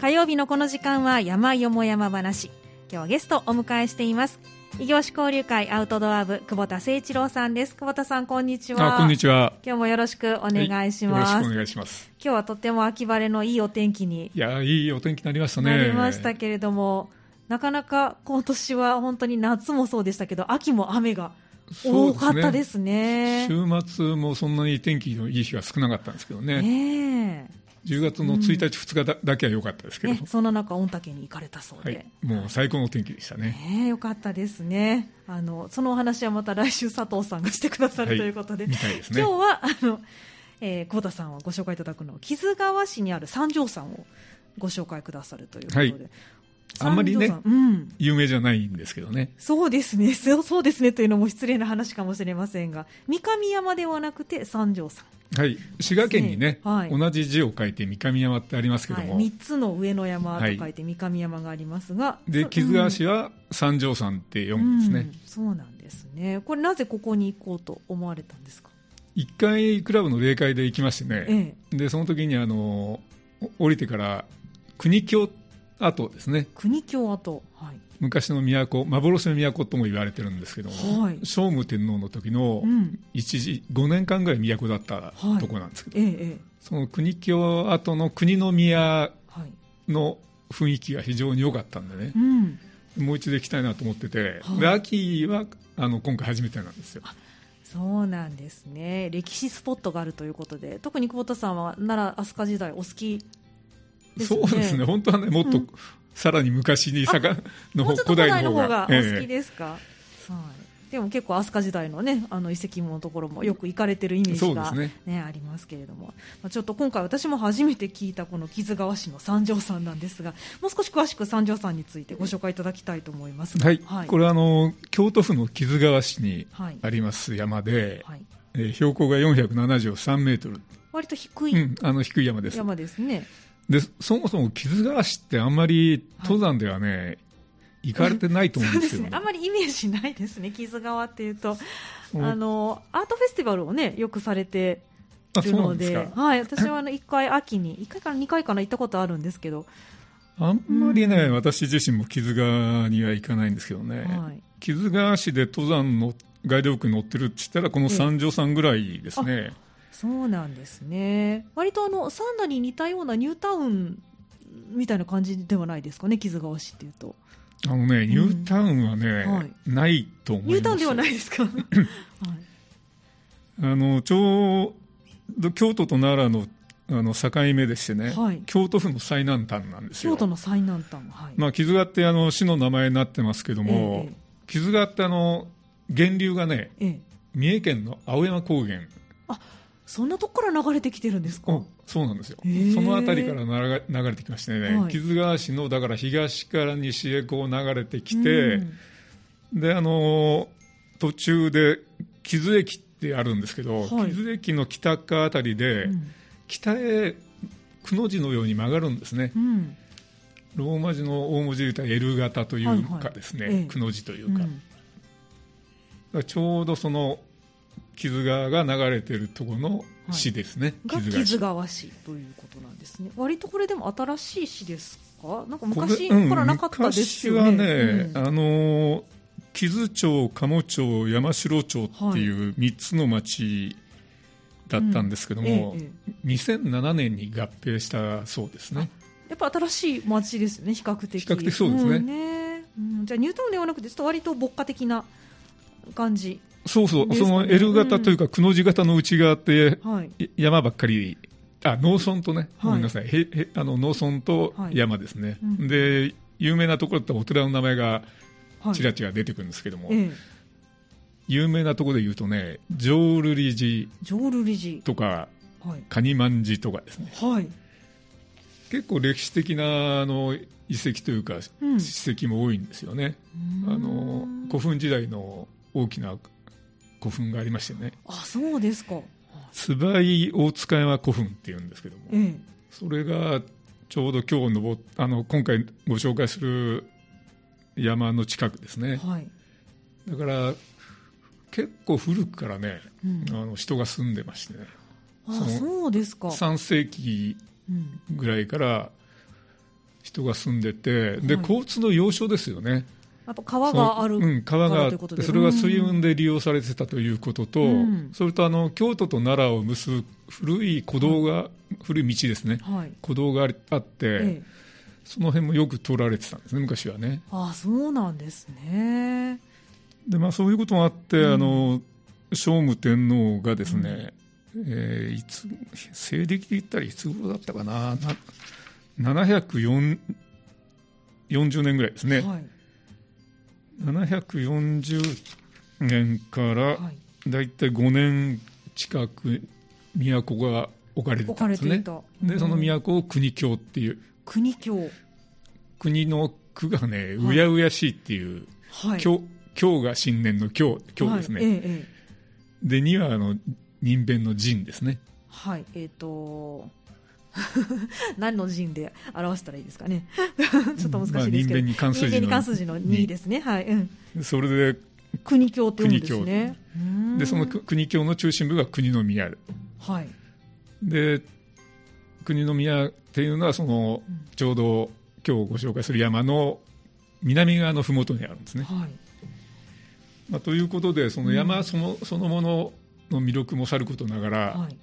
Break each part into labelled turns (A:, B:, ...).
A: 火曜日のこの時間は山よも山話今日はゲストをお迎えしています異業種交流会アウトドア部久保田誠一郎さんです久保田さんこんにちは
B: あこんにちは。
A: 今日もよろしくお願いし
B: は
A: ます、
B: よろしくお
A: 今
B: 願いします。
A: 日はとても秋晴れのいいお天気に
B: いや、いいお天気になりましたね。
A: なりましたけれども、なかなか今年は本当に夏もそうでしたけど秋も雨が
B: そう
A: 多かったですすね
B: ね。週末もそんなに天気のいい日が少なかったんですけどね。
A: ね
B: 10月の1日、2日だだけは良かったです
A: え
B: けど、
A: ねそんな中御嶽に行かれたそう
B: は
A: で、
B: い、もう最高の天気でしたね。
A: ねえ、よかったですねあのそのお話はまた来週佐藤さんがしてくださる
B: はい
A: ということで、
B: みたいですね
A: 今日。はあの、えー、久保田さんはご紹介いただくのは木津川市にある三条山をご紹介くださるということで、
B: はいあんまりね
A: 三条山うん、
B: 有名じゃないんですけどね。
A: そうですね そうそうですねというのも失礼な話かもしれませんが三上山ではなくて三条山
B: はい。滋賀県にね、
A: はい
B: 同じ字を書いて三上山ってありますけど
A: はい、
B: も、
A: 3つの上の山と書いて三上山がありますが、
B: で、
A: そ
B: 木津川市は三条山って読むんですね。
A: うん、そうなんですねこれなぜここに行こうと思われたんですか、
B: 一回クラブの例会で行きましてね、
A: ええ、
B: でその時にあのお降りてから国境跡ですね
A: 国境跡、はい
B: 昔の都幻の都とも言われてるんですけども、
A: はい
B: 聖武天皇の時の
A: うん、
B: 一時5年間ぐらい都だった
A: はい
B: とこなんですけど、
A: ええええ
B: その国境跡の国の宮
A: はい
B: の雰囲気が非常に良かったんでね
A: う、ん、
B: もう一度行きたいなと思ってて、
A: はい
B: で秋はあの今回初めてなんですよ
A: そうなんですね歴史スポットがあるということで特に久保田さんは奈良飛鳥時代お好きです
B: そ
A: ね
B: うですね本当はねもっと、
A: うん
B: さらに昔にさかの
A: も
B: 方
A: うちょっと
B: 古
A: 古
B: 代
A: 代の
B: の
A: 方
B: 方
A: が
B: が
A: お好
B: え
A: き
B: え
A: ですか、はい、でも結構飛鳥時代のねあの遺跡のところもよく行かれてるイメー
B: そ
A: ジ
B: うで
A: が、
B: す
A: ね
B: ね
A: ありますけれども、まあ、ちょっと今回私も初めて聞いたこの木津川市の三条山なんですがもう少し詳しく三条山についてご紹介いただきたいと思います
B: はい、
A: はい
B: これはあの京都府の木津川市に
A: はい
B: あります山で、
A: はい、
B: えー標高が473メートル、
A: 割と低
B: う
A: い
B: ん、あの低い山です
A: 山ですね、
B: でそもそも木津川市ってあんまり登山ではね、行かれてないと思 う
A: そう
B: んで
A: ですす
B: け
A: ね
B: ど
A: あんまりイメージないですね木津川っていうと
B: うん
A: あのアートフェスティバルをねよくされて
B: あ
A: る
B: そうな
A: の
B: んです
A: で
B: か
A: はい、私はあの1回秋に1回から2回かな行ったことあるんですけど、
B: あんまりね、私自身も木津川には行かないんですけどね、
A: はい、
B: 木津川市で登山のガイドブックに載ってるって言ったらこの三条山ぐらいですね、
A: そうなんですね割とあのサンダに似たようなニュータウンみたいな感じではないですかね木津川市っていうと
B: あのねニュータウンはね、
A: はい
B: ないと思います
A: ニュータウンではないですか、はい、
B: あのちょうど京都と奈良のあの境目でしてね、
A: はい
B: 京都府の最南端なんですよ。
A: 京都の最南端はい、
B: まあ、木津川ってあの市の名前になってますけども、
A: え
B: 木津川ってあの源流がね
A: えええ
B: 三重県の青山高原
A: そんなとこから流れてきてるんですか、
B: おそうなんですよ、
A: へえ
B: その辺りから流れ流れてきましてね、
A: はい
B: 木津川市のだから東から西へこう流れてき
A: う
B: て、
A: ん
B: であの途中で木津駅ってあるんですけど、
A: はい
B: 木津駅の北側あたりで、
A: うん
B: 北へくの字のように曲がるんですね、
A: うん
B: ローマ字の大文字で言ったら L 型とい
A: はいうは
B: か
A: い
B: ですね、
A: ええ
B: くの字という
A: う
B: か,、だか
A: ん
B: らちょうどその木津川が流れてるところの市ですね、
A: が
B: 木
A: 木
B: 津川市
A: 津川市ということなんですね割とこれでも新しい市ですかなんか
B: これ
A: 昔
B: うん
A: からなかったですよね,うん、
B: 昔はね、あのー木津町、鴨町、山城町っていう3つの町だったんですけど
A: え
B: も、
A: ええ
B: 2007年に合併したそうですね。
A: えやっぱ新しい街ですよね比較的
B: 比較的そうですね
A: んねうんじゃあニュータウンではなくてちょっと割と牧歌的な感じ
B: そうそう、
A: です
B: そ
A: かね
B: の L 型というか、くの字型の内側って
A: はい
B: い山ばっかり、あ、農村とね、
A: はい
B: ごめんなさい、へへあの農村と山ですね、
A: うん
B: で、有名なところだったらお寺の名前が
A: はい
B: ちらちら出てくるんですけども、
A: ええ
B: 有名なところで言うとね、浄瑠璃寺
A: 浄瑠璃寺
B: とか、
A: はい
B: カニマンジとかですね、
A: はい
B: 結構歴史的なあの遺跡というか、
A: うん
B: 史跡も多いんですよね、あの古墳時代の大きな古墳がありましてね、
A: あそうですか
B: 椿井大塚山古墳っていうんですけども、
A: ええ
B: それがちょうど今日登っあの今回ご紹介する山の近くですね、
A: はい、
B: だから結構古くからね、
A: うん
B: あの人が住んでましてね、
A: あ
B: その
A: そうですか、
B: 3世紀
A: うん
B: ぐらいから人が住んでて、で
A: はい
B: 交通の要衝ですよね、
A: やっぱ川がある
B: そのうん、川があ
A: とい
B: っ
A: うことで
B: て、それが水運で利用されてたということと、
A: うん
B: それとあの京都と奈良を結ぶ古い古道が、古い道ですね、
A: うんはい
B: 古道があって、
A: ええ
B: その辺もよく通られてたんですね、昔はね。
A: ああそうなんですね
B: でまあ、そういうこともあって、あの聖武天皇がですね、えーいつ西暦で言ったらいつ頃だったかな、な740年ぐらいですね、
A: はい
B: 740年から
A: はい
B: だいたい5年近く都が置かれて
A: 置か
B: たんで
A: れ
B: す
A: てい
B: ね
A: た、。う
B: で
A: ん
B: その都を国境っていう
A: 国境
B: 国の区がね、
A: はいう
B: やうやしいっていう、
A: はい
B: 今日今日が新年の今日今日ですね、
A: はい、ええええ
B: で2はあの人弁の人ですね
A: はい、えっ、と 何の人で表したらいいですかね。 ちょっと難しいですけど。
B: まあ人弁に関数字の
A: 人間に関数字の2ですね。はい、うん。
B: それで
A: 国境って読むんですね。うーん
B: でそのく国境の中心部が国の宮
A: はい。
B: で国の宮っていうのはその
A: うん
B: ちょうど今日ご紹介する山の南側の麓にあるんですね、
A: はい。
B: まあ、ということでその山そのそのものの魅力もさることながら、やっ
A: はい。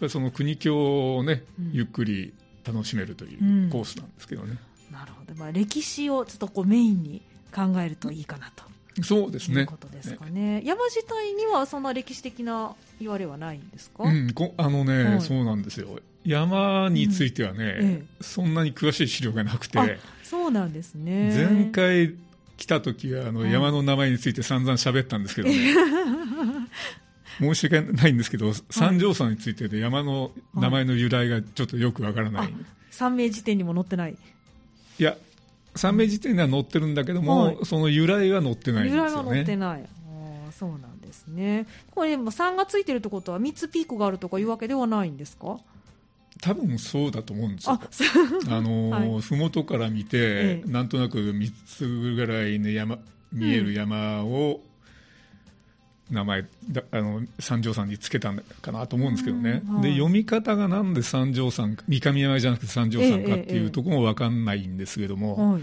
B: ぱりその国境をね
A: うん
B: ゆっくり楽しめるとい
A: ん
B: うコースなんですけどね、
A: なるほど。まあ歴史をちょっとこうメインに考えるといいかなと
B: そうです
A: いう
B: ね
A: ことですかね。山自体にはそんな歴史的な言われはないんですか。
B: うん、こあのね、
A: はい
B: そうなんですよ山についてはね、
A: え
B: そんなに詳しい資料がなくて、
A: あそうなんですね。
B: 前回来た時はあの
A: はい
B: 山の名前について散々喋ったんですけどね、 申し訳ないんですけど三条山についてで山の名前の由来がちょっとよくわからない、
A: あ
B: い、
A: 三名辞典にも載ってない。
B: や三名辞典には載ってるんだけども、
A: はい
B: その由来は載ってないん
A: 由
B: で
A: 来
B: す
A: は
B: よ
A: 載って
B: ね
A: ない。あーそうなんですね。これでも3がついてるってことは3つピークがあるとかいうわけではないんですか
B: 多分そうだと思うんですよ
A: あ、そう
B: あのー
A: は
B: 麓から見て、
A: ええ
B: なんとなく3つぐらいの山見える山を、名前だあの三条山につけたんかなと思うんですけどね、
A: うんはい
B: で読み方がなんで三条山か三上山じゃなくて三条山かって
A: えええ
B: い
A: え
B: うところも分かんないんですけども、
A: はい。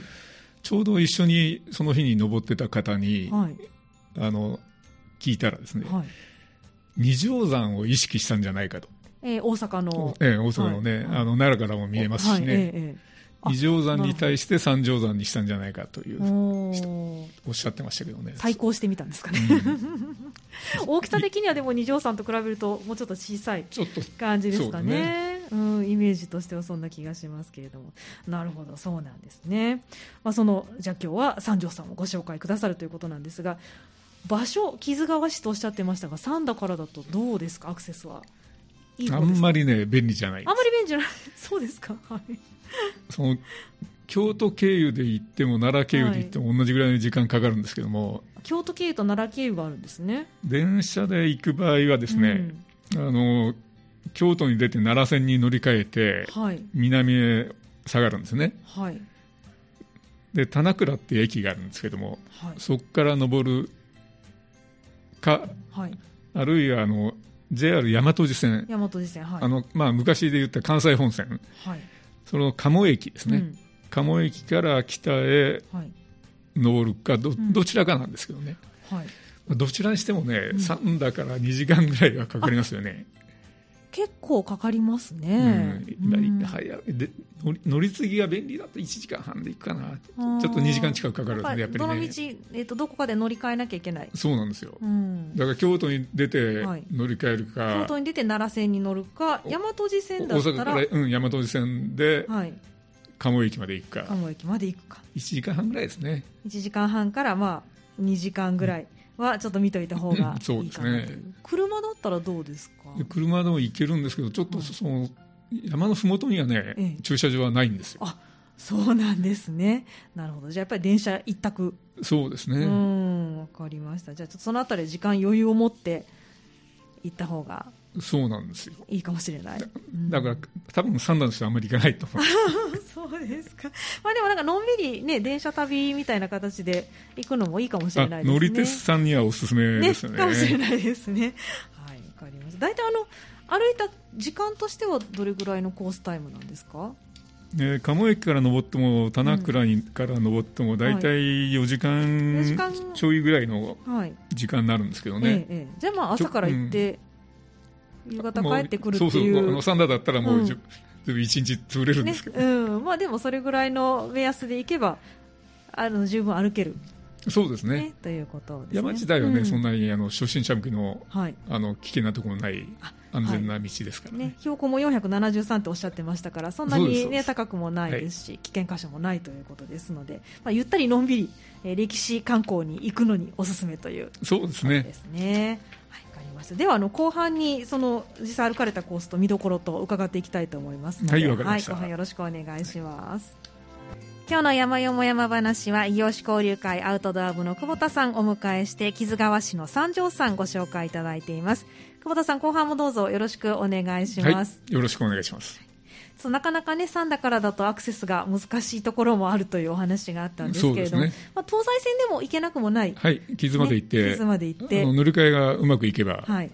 B: ちょうど一緒にその日に登ってた方に、
A: はい。
B: あの聞いたらですね、
A: はい。
B: 二条山を意識したんじゃないかと、
A: えー大阪の。
B: ええ大阪のね、
A: はい
B: あの奈良からも見えますしね、
A: はいえええあ
B: 二条山に対して三条山にしたんじゃないかとい
A: え
B: う
A: おー
B: おっしゃってましたけどね。
A: 対抗してみたんですかね。 大きさ的にはでも二条さんと比べるともうちょっと小さい
B: ちょっと
A: 感じですか
B: そう
A: ねうん、イメージとしてはそんな気がしますけれどもなるほどそうなんですね、まあ、そのじゃあ今日は三条さんをご紹介くださるということなんですが場所木津川市とおっしゃってましたが三田からだとどうですかアクセスはいい
B: あ
A: 方で
B: ん
A: すか
B: まりね便利じゃない
A: あんまり便利じゃない そうですかはい
B: その京都経由で行っても奈良経由で行っても同じぐらいの時間かかるんですけども、
A: 京都経由と奈良経由があるんですね
B: 電車で行く場合はですね、あの京都に出て奈良線に乗り換えて
A: うんはい
B: 南へ下がるんですね
A: はい
B: で田名倉って駅があるんですけども
A: はい
B: そこから登るか
A: はい
B: あるいはあの JR 大和路線
A: 大和路線はい
B: あのまあ、昔で言った関西本線、
A: はい
B: その鴨駅ですね、鴨駅から北へ
A: うん、はい
B: 登るかど、
A: ん
B: どちらかなんですけどね、
A: はい
B: どちらにしてもね、
A: ん
B: 3だから2時間ぐらいはかかりますよね、
A: 結構かかります
B: う
A: ね
B: ん、今
A: うん
B: 早いで乗り乗り継ぎが便利だと1時間半で行くかな、ち
A: あー
B: ょちょっと2時間近くかかるんで、
A: や
B: や
A: っ
B: っ
A: ぱり
B: ぱ
A: ど
B: り
A: の道、
B: ね、
A: えっとどこかで乗り換えなきゃいけない、
B: そうなんですよ、
A: うん、
B: だから京都に出て
A: はい
B: 乗り換えるか、
A: 京都に出て奈良線に乗るか
B: お
A: 大和路線だ
B: 大
A: った
B: 阪からら、うん、大和路線で
A: はい、
B: 鴨駅まで行くか、
A: 鴨駅まで行くか
B: 1時間半ぐらいですね。
A: 1時間半からまあ2時間ぐらいはちょっと見といた方が
B: そ
A: いうい
B: です
A: か
B: ね
A: なという車だったらどうですか
B: で車でも行けるんですけど、ちょっとそその山のふもとにはね、
A: ええ
B: 駐車場はないんですよ、
A: あそうなんですねなるほどじゃあやっぱり電車一択
B: そうです
A: う
B: ね、
A: んわかりましたじゃあちょっとそのあたり時間余裕を持って行った方が
B: そうなんですよ、
A: いいかもしれない、うん
B: だから、多分三段の人はあんまり行かないと思う、
A: そうですか。まあでもなんかのんびりね、電車旅みたいな形で行くのもいいかもしれない
B: あ
A: ですね。
B: 乗り鉄さんにはおすすめ
A: ね
B: ですよね、
A: かもしれないですね。はい、わかりました。大体あの、歩いた時間としてはどれぐらいのコースタイムなんですか
B: えー鴨駅から登っても棚倉に、から登っても大体4時
A: 4時
B: 間
A: 間
B: ちょいぐらいの
A: はい
B: 時間になるんですけど
A: え
B: ね、
A: えええ、じゃあまあ朝から行って、夕方
B: もう
A: 帰ってくるってい
B: そううそうあのサンダーだったらもう
A: うん
B: 一1日潰れるんで
A: ね
B: すけど、
A: うんまあ、でもそれぐらいの目安で行けばあの十分歩ける、
B: そうです
A: ね
B: ね
A: ということです、ね、
B: 山自体はね、
A: うん
B: そんなにあの初心者向けの
A: はい
B: あの危険なところない
A: あ
B: 安全な道ですからね,、
A: ね、標高も473っておっしゃってましたからそんな
B: そうです
A: に、
B: そうで
A: ね、
B: す
A: 高くもないですし、危険箇所もないということですので、まあ、ゆったりのんびり、えー歴史観光に行くのにおすすめという
B: そうです
A: で
B: ね
A: すね。はい、わかりました。ではあの後半にその実際歩かれたコースと見どころと伺っていきたいと思いますので、
B: はいわかりました
A: 後半よろしくお願いします。今日の山よも山話は、異業種交流会アウトドア部の久保田さんをお迎えして、木津川市の三条さんご紹介いただいています。久保田さん、後半もどうぞよろしくお願いし
B: は
A: ます。
B: いよろしくお願いします
A: そうなかなかね、三だからだとアクセスが難しいところもあるというお話があったんですけれども、
B: そうです
A: まあ、東西線でも行けなくもない、
B: はい傷まで行っ
A: ね
B: て,、
A: 木津まで行って
B: あの塗り替えがうまくいけば、
A: はい、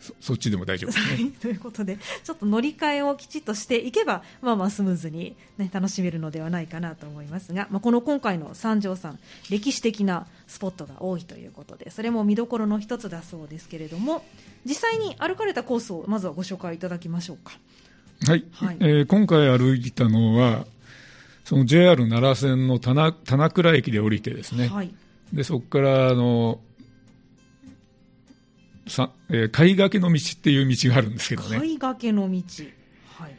B: そそっちでも大丈夫ですね
A: ということで、ちょっと乗り換えをきちっとしていけば、まあまあスムーズに、ね、楽しめるのではないかなと思いますが、まあ、この今回の三条さん、歴史的なスポットが多いということで、それも見どころの一つだそうですけれども、実際に歩かれたコースをまずはご紹介いただきましょうか。
B: はい、
A: はい
B: えー今回歩いたのはその JR 奈良線の棚棚倉駅で降りてですね、
A: はい、
B: でそこからあのさ、えー貝掛けの道っていう道があるんですけどね、
A: 貝掛けの道。はい。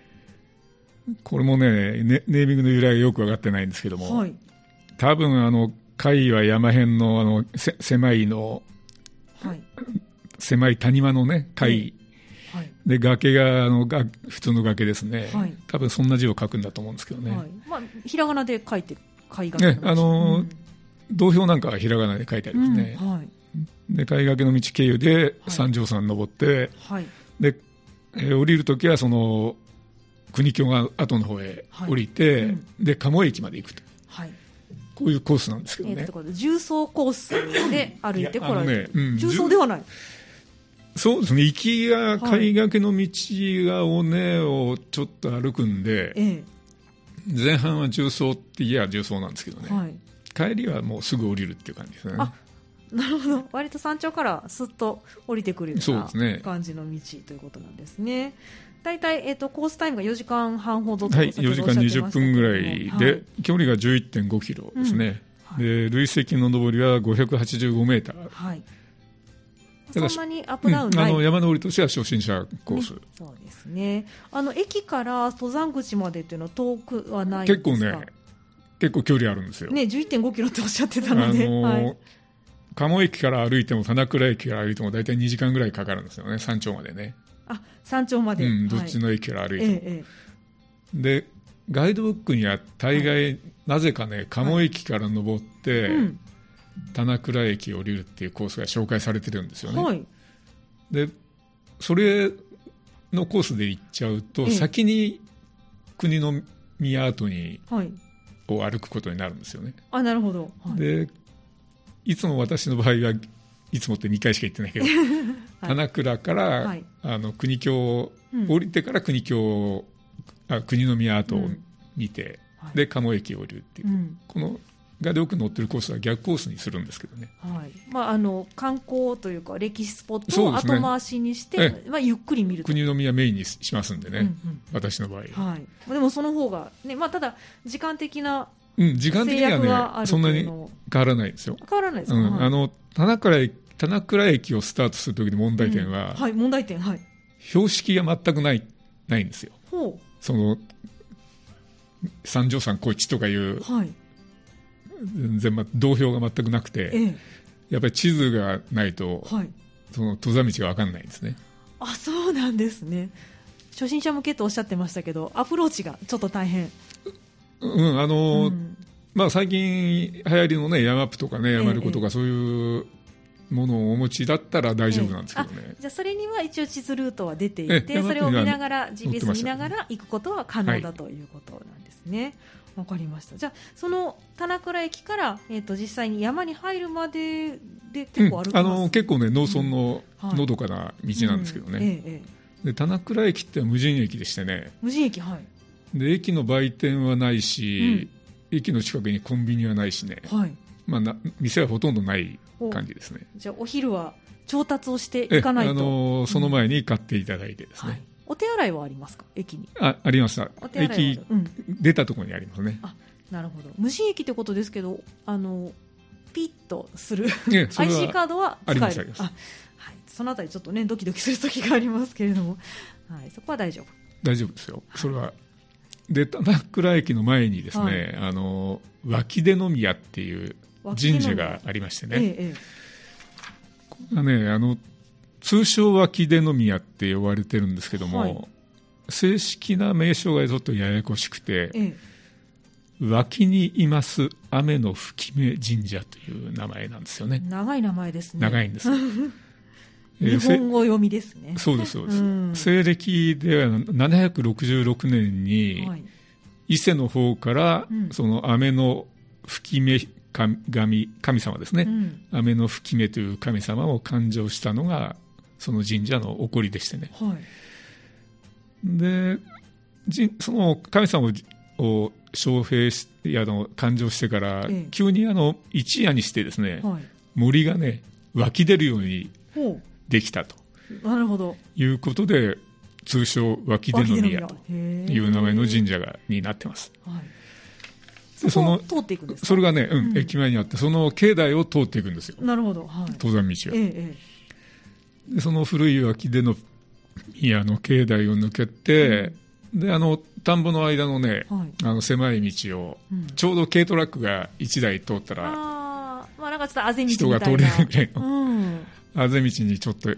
B: これもねねネーミングの由来がよく分かってないんですけども、
A: はい。
B: 多分あの貝は山辺のあのせ狭いの
A: はい。
B: 狭い谷間のね
A: え
B: 貝、
A: はい。
B: で崖があのが普通の崖ですね、
A: はい
B: 多分そんな字を書くんだと思うんですけどね、
A: はい。まあ、ひらがなで書いてる貝掛けの道。
B: ねあのー
A: うん
B: 道標なんかはひらがなで書いてありますね、
A: うんはい。
B: で貝掛けの道経由で三条山登って、
A: はい。
B: で、えー降りるときはその国境が後の方へ
A: はい
B: 降りて、
A: うん
B: で鴨駅まで行くと
A: はい。
B: こういうコースなんですけど
A: えー
B: ね
A: と、これ重曹コースで歩いてこられてる、
B: いやあのねうん
A: 重曹ではない、
B: そうですね行きが
A: はい
B: 貝掛けの道が尾根をちょっと歩くんで、
A: え
B: 前半は重曹っていや重曹なんですけど
A: え
B: ね、
A: はい、
B: 帰りはもうすぐ降りるっていう感じですね
A: あなるほど割と山頂からすっと降りてくるよう
B: そう
A: な
B: ですね
A: 感じの道ということなんですね大体、えー、とコースタイムが4時間半ほどと
B: はい、
A: 先ほ
B: 4
A: ど
B: 時
A: おっ
B: 間
A: しゃって
B: 20
A: ましたけど
B: 分
A: も
B: ぐらいで、
A: はい
B: 距離が11.5キロですね、
A: うんはい
B: で累積の上りは585メーター、
A: はい
B: だから
A: そんなにアップダウン
B: うん
A: な
B: あ
A: い、
B: の山登りとしては初心者コース、
A: ねそうですねあの駅から登山口までっていうのは遠くはないんです
B: 結
A: か
B: 構ね結構距離あるんですよ、
A: ね11.5キロ っておっしゃって
B: あ
A: た
B: の
A: ので、
B: ー
A: はい、
B: 鴨駅から歩いても棚倉駅から歩いても大体2時間ぐらいかかるんですよね山頂までね、
A: あ山頂まで、
B: うん、どっち
A: はい
B: の駅から歩いて
A: え
B: も、
A: えええ
B: でガイドブックには大概、なぜかね鴨駅から登って、
A: うん
B: 棚倉駅を降りるっていうコースが紹介されてるんですよね、
A: はい、
B: でそれのコースで行っちゃうと、
A: ええ
B: 先に国の宮跡に
A: はい、
B: を歩くことになるんですよね、
A: あなるほど、はい
B: でいつも私の場合はいつもって2回しか行ってないけ ど、棚倉から、
A: はい
B: あの国境を
A: うん
B: 降りてから国境を、あ国の宮跡を
A: うん
B: 見て、
A: はい
B: で鴨駅を降りるっていう、
A: うん
B: このがよく乗ってるコースは逆コースにするんですけどね
A: はいまあ、あの観光というか歴史スポット
B: そう
A: を
B: ですね
A: 後回しにして、
B: え
A: まあ、ゆっくり見ると、
B: 国の宮メインにししますんでね、
A: うんうん
B: 私の場合は。
A: はい、まあでもその方がね、まあ、ただ時間的な
B: うん、時間的
A: 制
B: に
A: 約は
B: は
A: あ
B: ね、
A: る
B: そん
A: と
B: な
A: いう
B: に
A: のも
B: 変わらないですよ。
A: 変わらないです
B: う
A: か、
B: ん、
A: はい
B: あの、棚倉駅、棚倉駅をスタートするときの問題点
A: うん
B: は、
A: はい、問題点はい
B: 標識が全くない、ないんですよ。
A: ほ
B: その、三条山高地とかいう
A: う、はい
B: 全然、ま、同標が全くなくて、
A: ええ
B: やっぱり地図がないと、
A: はい、
B: その登山道がわかんないんですね。
A: あそうなんですね初心者向けとおっしゃってましたけどアプローチがちょっと大変、
B: うん、あの、
A: うん
B: まあ、最近流行りのね、ヤマップとかね、ヤマルコと
A: え
B: かそういうものをお持ちだったら大丈夫なんですけどね。
A: じゃあそれには一応地図ルートは出てい
B: え
A: て
B: え
A: それを見ながら
B: 載って
A: GPS
B: まし
A: 見
B: た
A: ながら行くことは可能だということなんですね。わ、かりました。じゃあその棚倉駅からえっ、と実際に山に入るまでで結構歩きます。
B: うん、あの結構ね農村の
A: うんはい
B: のどかな道なんですけどね、
A: うんええええ
B: で棚倉駅って無人駅でしてね
A: 無人駅はい。
B: で駅の売店はないし、駅の近くにコンビニはないしね、
A: はい、
B: まあ、な店はほとんどない感じですね。
A: じゃあお昼は調達をして
B: え
A: いかないと、
B: あのーその前に買っていただいてです
A: はい
B: ね、、
A: お手洗いはありますか駅に
B: あありました
A: お手洗いはある
B: 駅
A: うん、
B: 出たところにあります ね
A: あなるほど無人駅ってことですけどあのピッとする
B: いやそれは
A: IC カードは使
B: あります
A: え
B: あ
A: る
B: ります
A: はい、そのあたりちょっとねドキドキする時がありますけれども、はい、そこは大丈夫
B: 大丈夫ですよそれは出た倉駅の前にですね、あのー脇出の宮っていう神社がありまして
A: ええ
B: ね
A: ええ
B: これがねあの通称脇出の宮って呼ばれてるんですけども、
A: はい
B: 正式な名称がちょっとややこしくて、
A: ええ
B: 脇にいます雨の吹き目神社という名前なんですよね、
A: 長い名前ですね
B: 長い んですよえ
A: 日
B: ーせ
A: 本語読みですね
B: そうですそうです、
A: うん
B: 西暦では766年に
A: はい、
B: 伊勢の方から
A: うん
B: その雨の吹き目神神様です
A: う
B: ね、
A: ん
B: 雨の吹き目という神様を誕生したのがその神社の起こりでしてね
A: はい
B: でじその神様をを招聘しいやあの誕生してから、
A: ええ
B: 急にあの一夜にしてですね、
A: はい、
B: 森がね湧き出るように
A: ほ
B: できたと
A: うなるほど
B: いうことで通称湧き出の宮と
A: と
B: いう名前の
A: 社、
B: 神社がになってます
A: はい、そ
B: でそ
A: の
B: の
A: 通っていくんですか
B: それがね、うん
A: うん
B: 駅前にあってその境内を通っていくんですよ
A: なるほどはい
B: 登山道
A: え
B: が
A: ええ
B: でその古い脇出の宮の境内を抜けて、であの田んぼの間のね
A: えはい、
B: あの狭い道を
A: うん
B: ちょうど軽トラックが1台通ったら
A: ああまあなんかちょっとあぜ道みた
B: 人
A: いな
B: が通れないぐらいの
A: うん
B: あぜ道にちょっと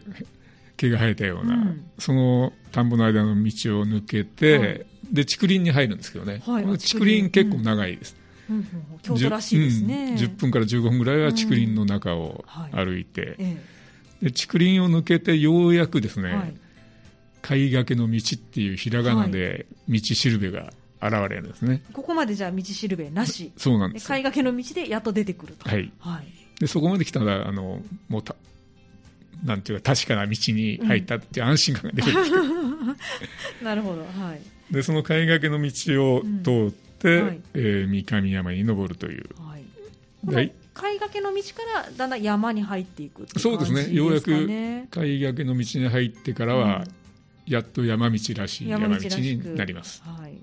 B: 毛が生えたような、
A: うん
B: その田んぼの間の道を抜けて、
A: はい
B: で竹林に入るんですけどね、
A: はい
B: この竹
A: 竹
B: 林
A: 林
B: 結構長いです、
A: うんうんうん京都らしいですね。
B: 10分から15分ぐらいは竹林の中を
A: はい
B: 歩いて、
A: え
B: で竹林を抜けてようやくです
A: え
B: ね、
A: はい。
B: 貝掛けの道っていうひらがなで道しるべが現れるんですね、
A: ここまでじゃあ道しるべなし。
B: そうなん
A: で
B: ですよ
A: 貝掛けの道でやっと出てくると。
B: はい。
A: はい。
B: でそこまで来たらあのもうたなんていうか確かな道に入ったっていう安心感が出てくるんですけど、
A: なるほど。はい。
B: でその貝掛けの道を通って、
A: うんはい
B: えー三上山に登るという
A: はい。この
B: はい
A: 貝掛けの道からだんだん山に入っていくってい
B: そうですねようやく
A: 感じですかね
B: 貝掛けの道に入ってからは、やっと山道らしい山
A: 山
B: 道
A: 道らしく
B: になります
A: はい。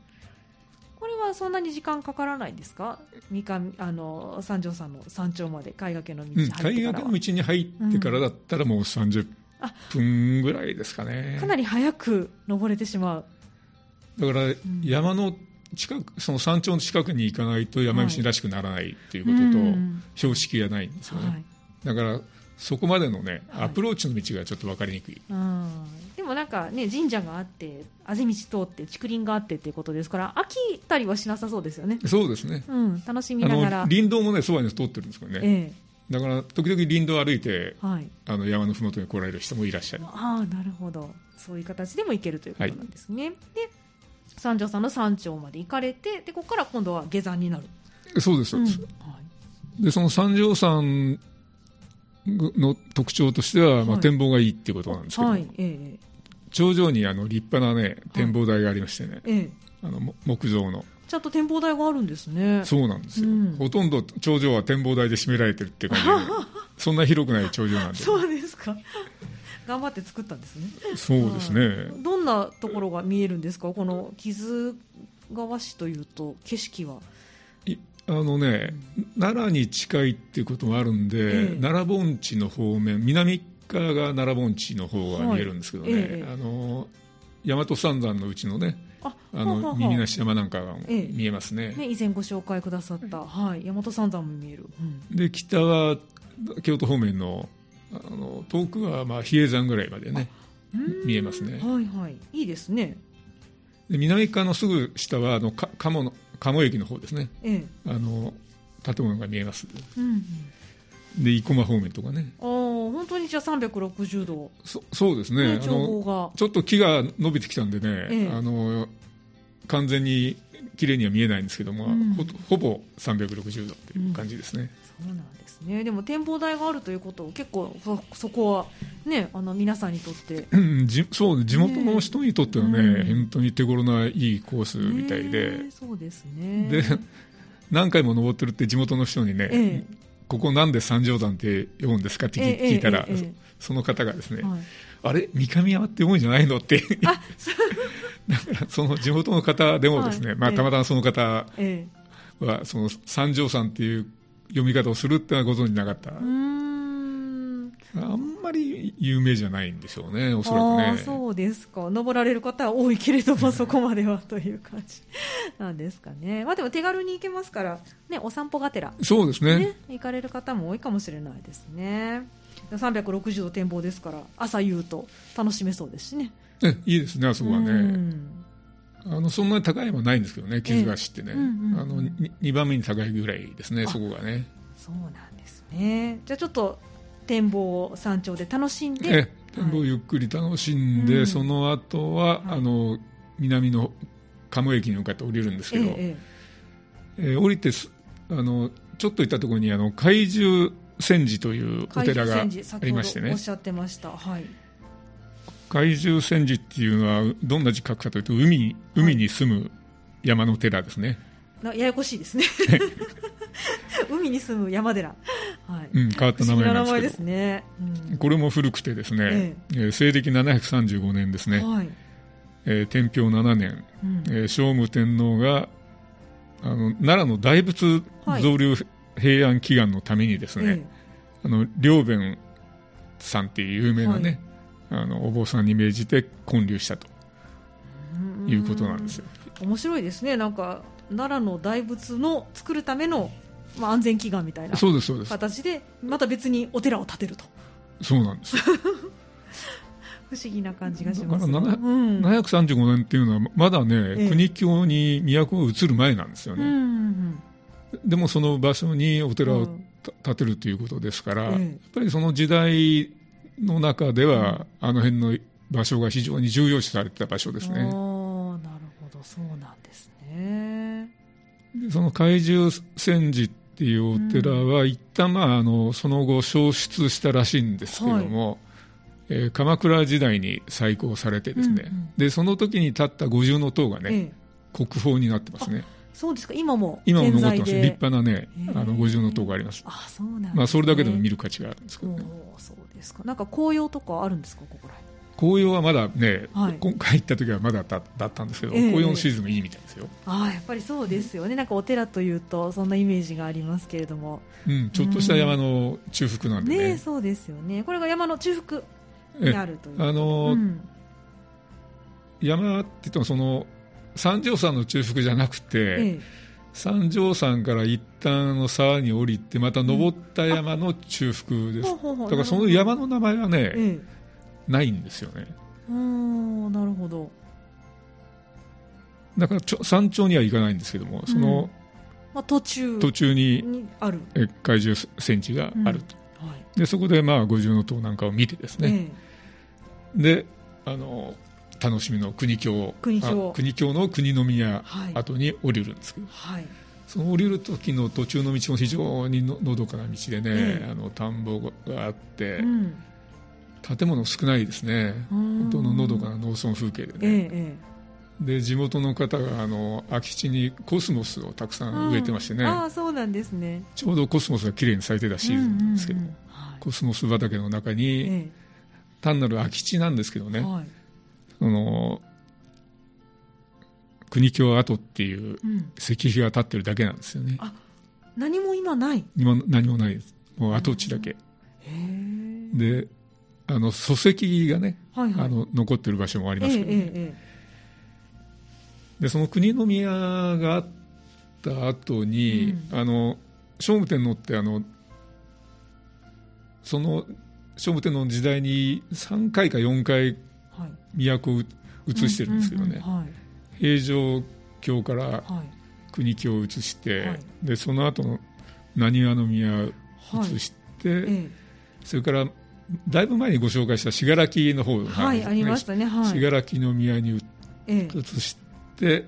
A: これはそんなに時間かからないんですか三上、あの、三条さんの山頂まで貝掛けの
B: う
A: 道
B: ん
A: 入っ
B: 貝
A: てか
B: 掛
A: ら
B: け
A: は
B: の道に入ってからだったらもう30
A: あ
B: 分ぐらいですかね、
A: かなり早く登れてしまう。
B: だから山の近くその山頂の近くに行かないと山道らしくならないっていうことと、
A: うん
B: 標識がないんですよね、
A: はい。
B: だからそこまでのね
A: はい
B: アプローチの道がちょっと分かりにくい、
A: うんでもなんかね神社があってあぜ道通って竹林があってっていうことですから飽きたりはしなさそうですよね、
B: そうですね
A: うん、楽しみ
B: あ
A: なが
B: の
A: ら、
B: 林道もねそばに通ってるんですよね、
A: ええ
B: だから時々林道を歩いて
A: はい、
B: あの山のふもとに来られる人もいらっしゃる
A: ああなるほどそういう形でも行けるということなんですね、で三条さんの山頂まで行かれてでここから今度は下山になる
B: そうですそうです、
A: うんはい
B: でその三条山の特徴としては、ま
A: は
B: あ、
A: い
B: 展望がいいっていうことなんですけど、
A: はいえ
B: 頂上にあの立派なね展望台がありましてね、
A: えええ
B: あのも木造の
A: ちゃんと展望台があるんですね
B: そうなんですよ、
A: うん
B: ほとんど頂上は展望台で占められてるっていう 感じでそんな広くない頂上なんで
A: そうですか 頑張って作ったんですね
B: そうですね
A: どんなところが見えるんですか、この木津川市というと、景色は。
B: いあのね、奈良に近いっていうこともあるんで、
A: ええ
B: 奈良盆地の方面南側が奈良盆地の方が見えるんですけどね、
A: はいええ
B: あの大和三山のうちのね
A: あ
B: あ
A: はあは
B: の
A: あ
B: 耳なし山なんかが
A: ええ
B: 見えますね,、
A: ね、以前ご紹介くださった、はい、大和三山も見える、うん
B: で北は京都方面のあの遠くはまあ比叡山ぐらいまでね
A: うん
B: 見えますね
A: はいはい、いいですね、
B: で南側のすぐ下はあのか鴨の鴨駅の方ですね
A: ええ
B: あの建物が見えます
A: うんうん、
B: で生駒方面とかね
A: ああ本当にじゃあ360度、
B: そそうです
A: ね
B: ねあ
A: 眺
B: の
A: 望が、
B: ちょっと木が伸びてきたんでね、
A: ええ
B: あの完全に綺麗には見えないんですけど、まあ
A: うん
B: ほほぼ360度っていう感じですね。
A: そうなんですね。でも展望台があるということを結構そそこはねあの皆さんにとって
B: うんじそう地元の人にとってはね、
A: ね
B: 本当に手頃ないいコースみたいで、
A: ねそうですね。
B: で何回も登ってるって地元の人にね、
A: ええ
B: ここなんで三条山って読むんですかって
A: え
B: 聞
A: え
B: 聞いたら、
A: ええええ
B: その方がですね、
A: はい、
B: あれ、三上山って読むんじゃないのって、だ からその地元の方でもですね、
A: はい
B: まあ、
A: ええ
B: たまたまその方
A: ええ
B: はその三条山っていう読み方をするってのはご存じなかった、
A: うーん
B: あんまり有名じゃないんでしょうね、おそ
A: あ
B: ら
A: あ
B: くね。
A: そうですか登られる方は多いけれどもそこまではという感じなんですかね、ま あ、でも手軽に行けますから、ね、お散歩がてら、
B: そうですね
A: ね行かれる方も多いかもしれないですね360度展望ですから朝夕と楽しめそうですしね
B: えいいですね、あそこはね。
A: うん
B: あのそんなに高い山ないんですけどね、傷がしって
A: え
B: ね、
A: えうんうん
B: あの2番目に高いぐらいですね、そこがね。
A: そうなんですねじゃあちょっと展望を山頂で楽しんで
B: ええ展望をゆっくり楽しんで、
A: うん
B: その後は、
A: はい
B: あの南の鴨駅に向かって降りるんですけど、え
A: え
B: え降りてすあのちょっと行ったところにあの怪獣戦寺というお寺があ
A: 寺
B: りまして
A: お
B: ね
A: っしゃってましたはい
B: 怪獣戦寺っていうのはどんな字書くかというと海海に住む山の寺ですね、
A: なややこしいですね海に住む山寺はい
B: うん、変わった
A: 不
B: 名
A: 思議な
B: 前な
A: 名
B: ん
A: 前
B: で
A: ですす
B: けど
A: ね。うん
B: これも古くてですね
A: え、
B: えー西暦735年ですね、
A: はい。
B: えー天平7年
A: うん
B: えー聖武天皇があの奈良の大仏造立平安祈願のためにですね、
A: え
B: あの良弁さんっていう有名なね、あのお坊さんに命じて建立したと
A: え
B: いうことなんですよ。
A: うん面白いですね。なんか奈良の大仏の作るためのまあ安全祈願みたいな
B: そうですそうです。
A: 形でまた別にお寺を建てると
B: そうなんですよ。
A: 不思議な感じがします。
B: だからな
A: うん
B: 735年っていうのはまだね、
A: ええ
B: 国境に都が移る前なんですよ
A: うんう
B: ね。
A: ん
B: でもその場所にお
A: う
B: 寺
A: ん
B: をた建てるということですか
A: ええ
B: ら、やっぱりその時代の中では、あの辺の場所が非常に重要視されてた場所です
A: ああ
B: ね。
A: なるほどそうなんですね。
B: でその怪獣戦寺っていうお寺は、一旦まああのその後消失したらしいんですけども、えー鎌倉時代に再興されてですね、
A: うんうん
B: でその時に建った五重の塔がね、
A: ええ
B: 国宝になってますね
A: そうですか今も
B: 今も
A: 健
B: 残っ
A: 在
B: てます
A: で
B: 立派なね
A: へえ
B: あの五重の塔があります、
A: あそうなんですね。
B: まあ、それだけでも見る価値があるんですけ
A: お
B: どね、
A: ーそうですか。なんか紅葉とかあるんですかここら辺。
B: 紅葉はまだね、
A: はい
B: 今回行った時はまだだだったんですけど、
A: ええ
B: 紅葉のシーズンもいいみたいですよ、
A: ああやっぱりそうですよね、なんかお寺というと、そんなイメージがありますけれども、
B: うん、ちょっとした山の中腹なん
A: ね
B: でね
A: えそうですよね、これが山の中腹
B: え
A: に
B: え
A: あるという、
B: あのー
A: うん
B: 山って言ってもその三条山の中腹じゃなくて、
A: ええ
B: 三条山から一旦あの沢に降りてまた登った山の中腹です、
A: ほうほうほう
B: だからその山の名前はね、
A: ええ
B: ないんですよね
A: うーんなるほど、
B: だからちょ山頂には行かないんですけどもその
A: まあ、途中
B: 途中に、
A: にある、
B: え怪獣戦地があると、
A: はい
B: でそこでまあ五重の塔なんかを見てですね、
A: ええ
B: であの楽しみの国境
A: 国境
B: あ国境の国の宮
A: はい
B: 後に降りるんですけど、
A: はい、
B: その降りる時の途中の道も非常にののどかな道でね、
A: ええ
B: あの田んぼがあって、
A: うん、
B: 建物少ないですね、
A: 本
B: 本当ののどかな農村風景で
A: ええ
B: ね、
A: え
B: で地元の方があの空き地にコスモスをたくさ
A: え
B: ん植えてましてね、
A: ああ、そうなんですね、
B: ちょうどコスモスが綺麗に咲いてたシーズンなんですけど、
A: うんうんうんはい
B: コスモス畑の中に、
A: え
B: 単なる空き地なんですけど
A: え
B: ね、
A: はい
B: その国境跡っていう
A: うん、
B: 石碑が立ってるだけなんですよね
A: あ何も今ない、へ
B: 今何もないですもう跡地だけ、
A: え
B: であの礎石がね、
A: はいはい、
B: あの残ってる場所もあり
A: ええ
B: ます
A: え
B: けど、ね
A: え
B: でその国の宮があった後に、
A: う
B: あの聖武天皇ってあのその聖武天皇の時代に3回か4
A: え
B: 回
A: えはい
B: 都を移してるんですけどね、
A: うううんはい
B: 平城京から
A: はい
B: 国境を移して、
A: はい
B: でその後の浪速の宮を移して、
A: え
B: それからだいぶ前にご紹介した信楽の方
A: え
B: の
A: はい、
B: 話
A: ありましたね、はい、
B: 信楽の宮に
A: ええ
B: 移して、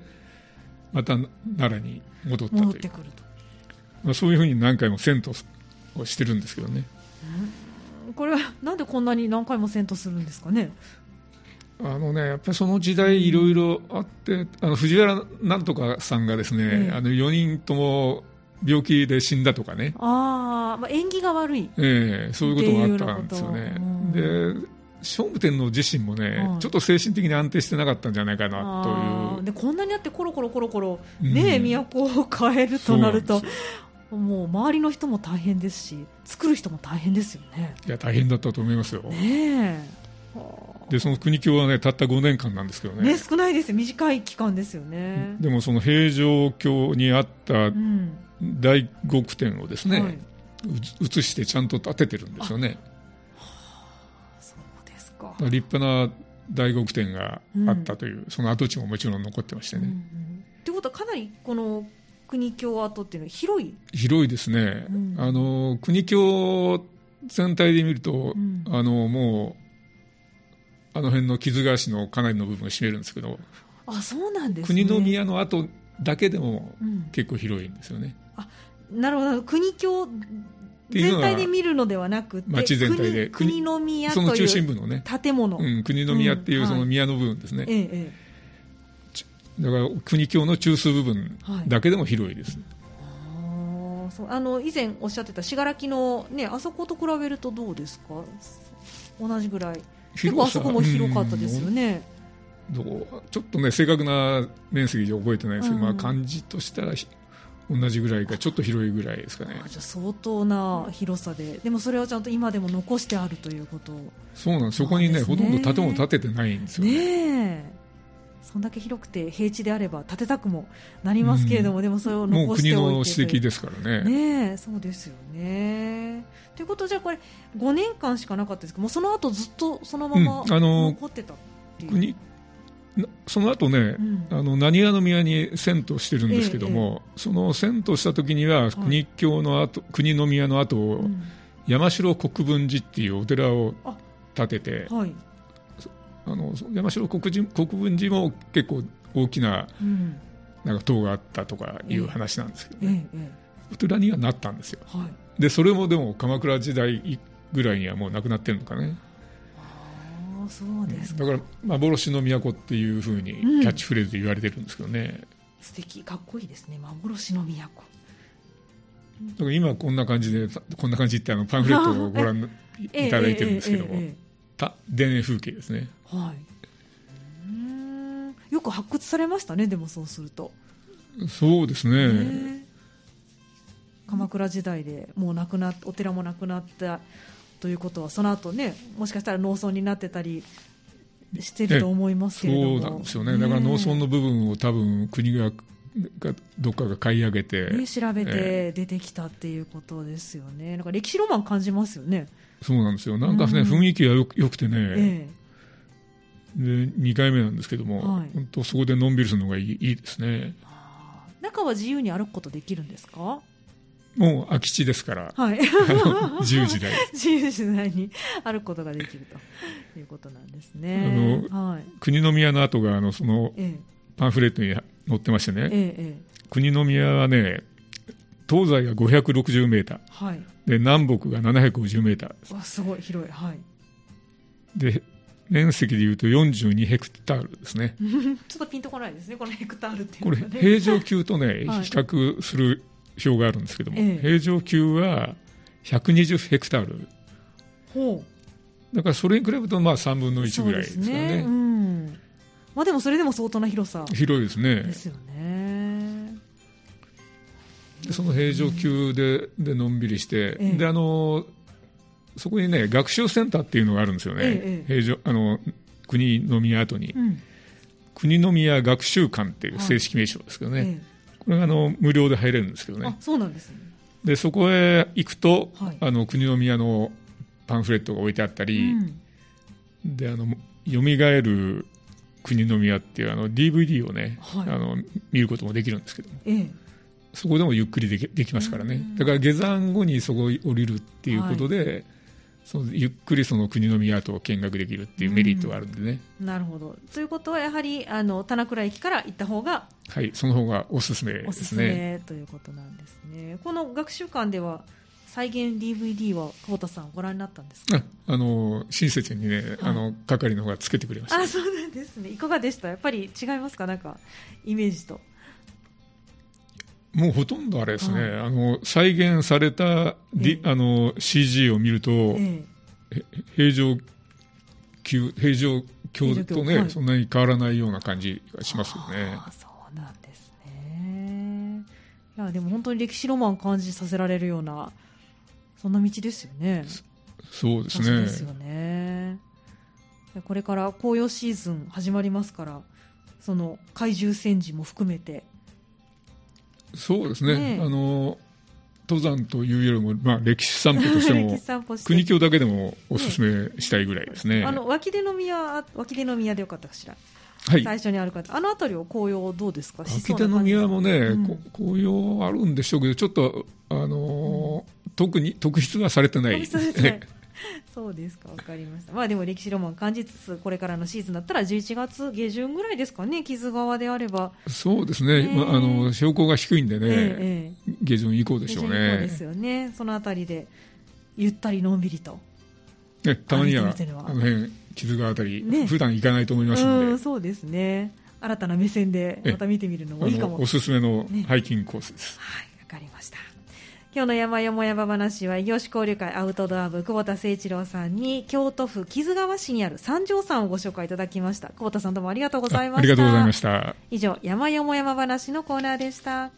B: また奈良に戻った
A: 戻っ
B: とい
A: て
B: う、
A: くると。
B: まあ、そういうふうに何回も遷都をしてるんですけどね
A: これはなんでこんなに何回も遷都するんですかね。
B: あのねやっぱりその時代いろいろあってあの藤原なんとかさんがですね、
A: ええ
B: あの4人とも病気で死んだとかね、
A: ああ、まあ、縁起が悪い。
B: ええそういうことがあったんですよ
A: っ
B: ね
A: ていうようなこ。と
B: で聖武天皇自身もね、
A: はい
B: ちょっと精神的に安定してなかったんじゃないかな
A: あ
B: と
A: ー
B: いう。
A: でこんなになってコロコロコロコロね、
B: うん
A: 都を変えるとなる
B: そ
A: と
B: うなんですよ
A: もう周りの人も大変ですし作る人も大変ですよね。
B: いや大変だったと思いますよ。
A: ねえ
B: でその国境はねたった5年間なんですけどね。
A: ね少ないですよ短い期間ですよね。
B: でもその平城京にあった
A: うん
B: 大極天をですね、
A: はいう
B: つ移してちゃんと建ててるんですよね。
A: そうですか
B: だから立派な大極天があったという、その跡地ももちろん残ってまして
A: うんう
B: ね、
A: んってことはかなりこの国境跡っていうのは広い、
B: 広いですね、
A: うん
B: あの国境全体で見ると、
A: うん
B: あのもうあの辺の木津川市のかなりの部分を占めるんですけど
A: あそうなんですね
B: 国の宮の跡だけでも
A: うん
B: 結構広いんですよね
A: なるほど国境
B: ていう
A: 全
B: のが
A: 体で見るのではなくて
B: 町全体で
A: 国国の宮と
B: その中
A: い
B: 心
A: う
B: 部のね、
A: 建物、
B: うん、国の宮ってい
A: うん
B: う
A: はい
B: その宮の部分ですね、
A: えええ
B: だから国境の中枢部分
A: はい
B: だけでも広いです、
A: え、あーそうあの以前おっしゃってた信楽の、ね、あそこと比べるとどうですか同じぐらい結構あ
B: 広さ
A: そこも広かったですよね、
B: どうちょっとね正確な面積じゃ覚えてないですけど、
A: うん
B: まあ、漢字としたらひ同じぐらいかちょっと広いぐらいですかね
A: あじゃあ相当な広さででもそれをちゃんと今でも残してあるということ
B: そうなんですそこにね
A: そう
B: ほ
A: です
B: と
A: ね
B: んど建物建ててないんですよね
A: ねえそんだけ広くて平地であれば建てたくもなりますけれども、でもそれを
B: もう
A: 残し
B: 国
A: て
B: の
A: おいてという
B: 指摘ですからね
A: ねえそうですよね。ということはじゃあこれ5年間しかなかったですけどもうその後ずっとそのまま
B: うんあの
A: 残ってたっていう、
B: 国なその後ね、
A: うん
B: あの何屋の宮に遷都してるんですけども、その遷都した時には国境の後、国の宮の後を
A: うん
B: 山城国分寺っていうお寺を建てて
A: はい、
B: あの山城国人国分寺も結構大きな
A: うん
B: なんか塔があったとかいう話なんですけど
A: え
B: ね、
A: ええ
B: お寺にはなったんですよ
A: えはい、
B: でそれもでも鎌倉時代ぐらいにはもうなくなってるのかね
A: ああそうですか、
B: だから幻の都っていうふうにキ
A: うん
B: ャッチフレーズで言われてるんですけどね、
A: 素敵かっこいいですね幻の都
B: だから今こんな感じでこんな感じってあのパンフレットを ご覧いただいてるんですけども、
A: えええええ
B: た田園風景ですね
A: えはいうーんよく発掘されましたねでもそうすると、
B: そうですね、
A: ねえ鎌倉時代でもうなくなっお寺もなくなったということはその後ねもしかしたら農村になってたりしてると思いますけれど
B: そ
A: も
B: うなんですよねだから農村の部分を多分国ががどっかが買い上げて、
A: ね、調べ
B: え
A: て出てきたっていうことですよね、なんか歴史ロマン感じますよね、
B: そうなんですよなんかね、
A: うん
B: 雰囲気がよくよくてね、
A: え
B: で2回目なんですけども、
A: はい
B: 本当そこでのんびりするのがいいいいですね
A: えあー中は自由に歩くことできるんですか、
B: もう空き地で すから
A: はい
B: あの 自由時代
A: 自由自在に歩くことができるということなんですね。
B: あ
A: はい
B: 国の宮の跡があのその
A: ええ
B: パンフレットに載ってましてね、
A: えええ
B: 国の宮はね東西が560メーター
A: えはい、
B: で南北が750メーター
A: わすごい広い、はい、
B: で面積でいうと42ヘクタールですね
A: ちょっとピンとこないですね、このヘクタールっていう
B: こ
A: の
B: れ
A: がね。
B: 平城宮とね
A: はい
B: 比較する表があるんですけども、
A: ええ
B: 平城宮は120ヘクタール
A: ほう
B: だからそれに比べるとまあ3分の1ぐらいです
A: そう
B: よね
A: うんまあ、でもそれでも相当な広さ
B: 広いですね
A: ですよね。
B: でその平城宮ででのんびりして、
A: ええ
B: であのそこにね学習センターっていうのがあるんですよね、
A: ええ
B: 平城あの国の宮跡に、
A: うん
B: 国の宮学習館っていう正式名称ですけどね、
A: え
B: これがあの無料で入れるんですけど
A: えあ
B: ね
A: そうなんですね。
B: でそこへ行くと、
A: はい
B: あの国の宮のパンフレットが置いてあったり、
A: うん
B: であの蘇る国の宮っていうあの DVD をね、
A: はい
B: あの見ることもできるんですけど
A: ええ
B: そこでもゆっくりできできますから
A: う
B: ね
A: ん
B: だから下山後にそこを降りるっていうことで、そのゆっくりその国の都を見学できるっていうメリットがあるんでね、
A: なるほどということはやはりあの田名倉駅から行った方が
B: はい、その方がおすすめで
A: おす
B: す
A: す
B: ね。
A: めということなんですねこの学習館では再現 DVD は久保田さんご覧になったんですか
B: ああの親切にね、あの係の方がつけてくれました
A: あそうなんですねいかがでしたやっぱり違いますかなんかイメージと
B: もうほとんどあれですね、
A: は
B: あの再現された、
A: え
B: リ
A: え
B: あの CG を見ると、
A: え
B: 平常級平常
A: 平
B: 教
A: 常教
B: とね、
A: はい
B: そんなに変わらないような感じがしますよね
A: あ。ーそうなんですねいやでも本当に歴史ロマン感じさせられるようなそんな道ですよね
B: そうです
A: 場所
B: ね
A: ですよねこれから紅葉シーズン始まりますからその怪獣戦時も含めて
B: そうですね
A: ねえ
B: あの登山というよりも、まあ、歴史散歩 として
A: 歴
B: も
A: 史散歩して
B: 国境だけでもおすすめしたいぐらいですね。
A: あの脇手の宮脇手の宮でよかったかしら、
B: はい
A: 最初にある方あの辺りを紅葉どうですかし
B: 秋
A: そう
B: 田
A: な
B: の
A: 感じですか
B: 宮もね、
A: うん
B: こ紅葉あるんでしょうけど、ちょっと、あのー特に特筆はされてない、
A: そうです ねそうですか、わかりました。まあでも歴史ロマン感じつつ、これからのシーズンだったら11月下旬ぐらいですかね、木津川であれば。
B: そうですね、
A: ねえ
B: まああの標高が低いんでね、
A: ええ
B: 下旬以
A: え
B: 降
A: え
B: でしょう
A: 下旬以降で
B: ね
A: す、よね。そのあたりで、ゆったりのんびりと。
B: ねたまに
A: 歩
B: はい
A: てみてのは
B: あの辺、木津川あたり、
A: ね
B: 普段行かないと思います
A: うんん、
B: で、
A: そうですね。新たな目線で
B: ええ
A: また見てみるの
B: あ
A: もいいか
B: の
A: も。
B: おすすめの
A: ね
B: ハイキングコースです。
A: はい、わかりました。今日の山よもやば話は、異業種交流会アウトドア部、久保田誠一郎さんに、京都府木津川市にある三条山をご紹介いただきました。久保田さんどうもありがとうござい
B: あ
A: ました。
B: ありがとうございました。
A: 以上、山よも山話のコーナーでした。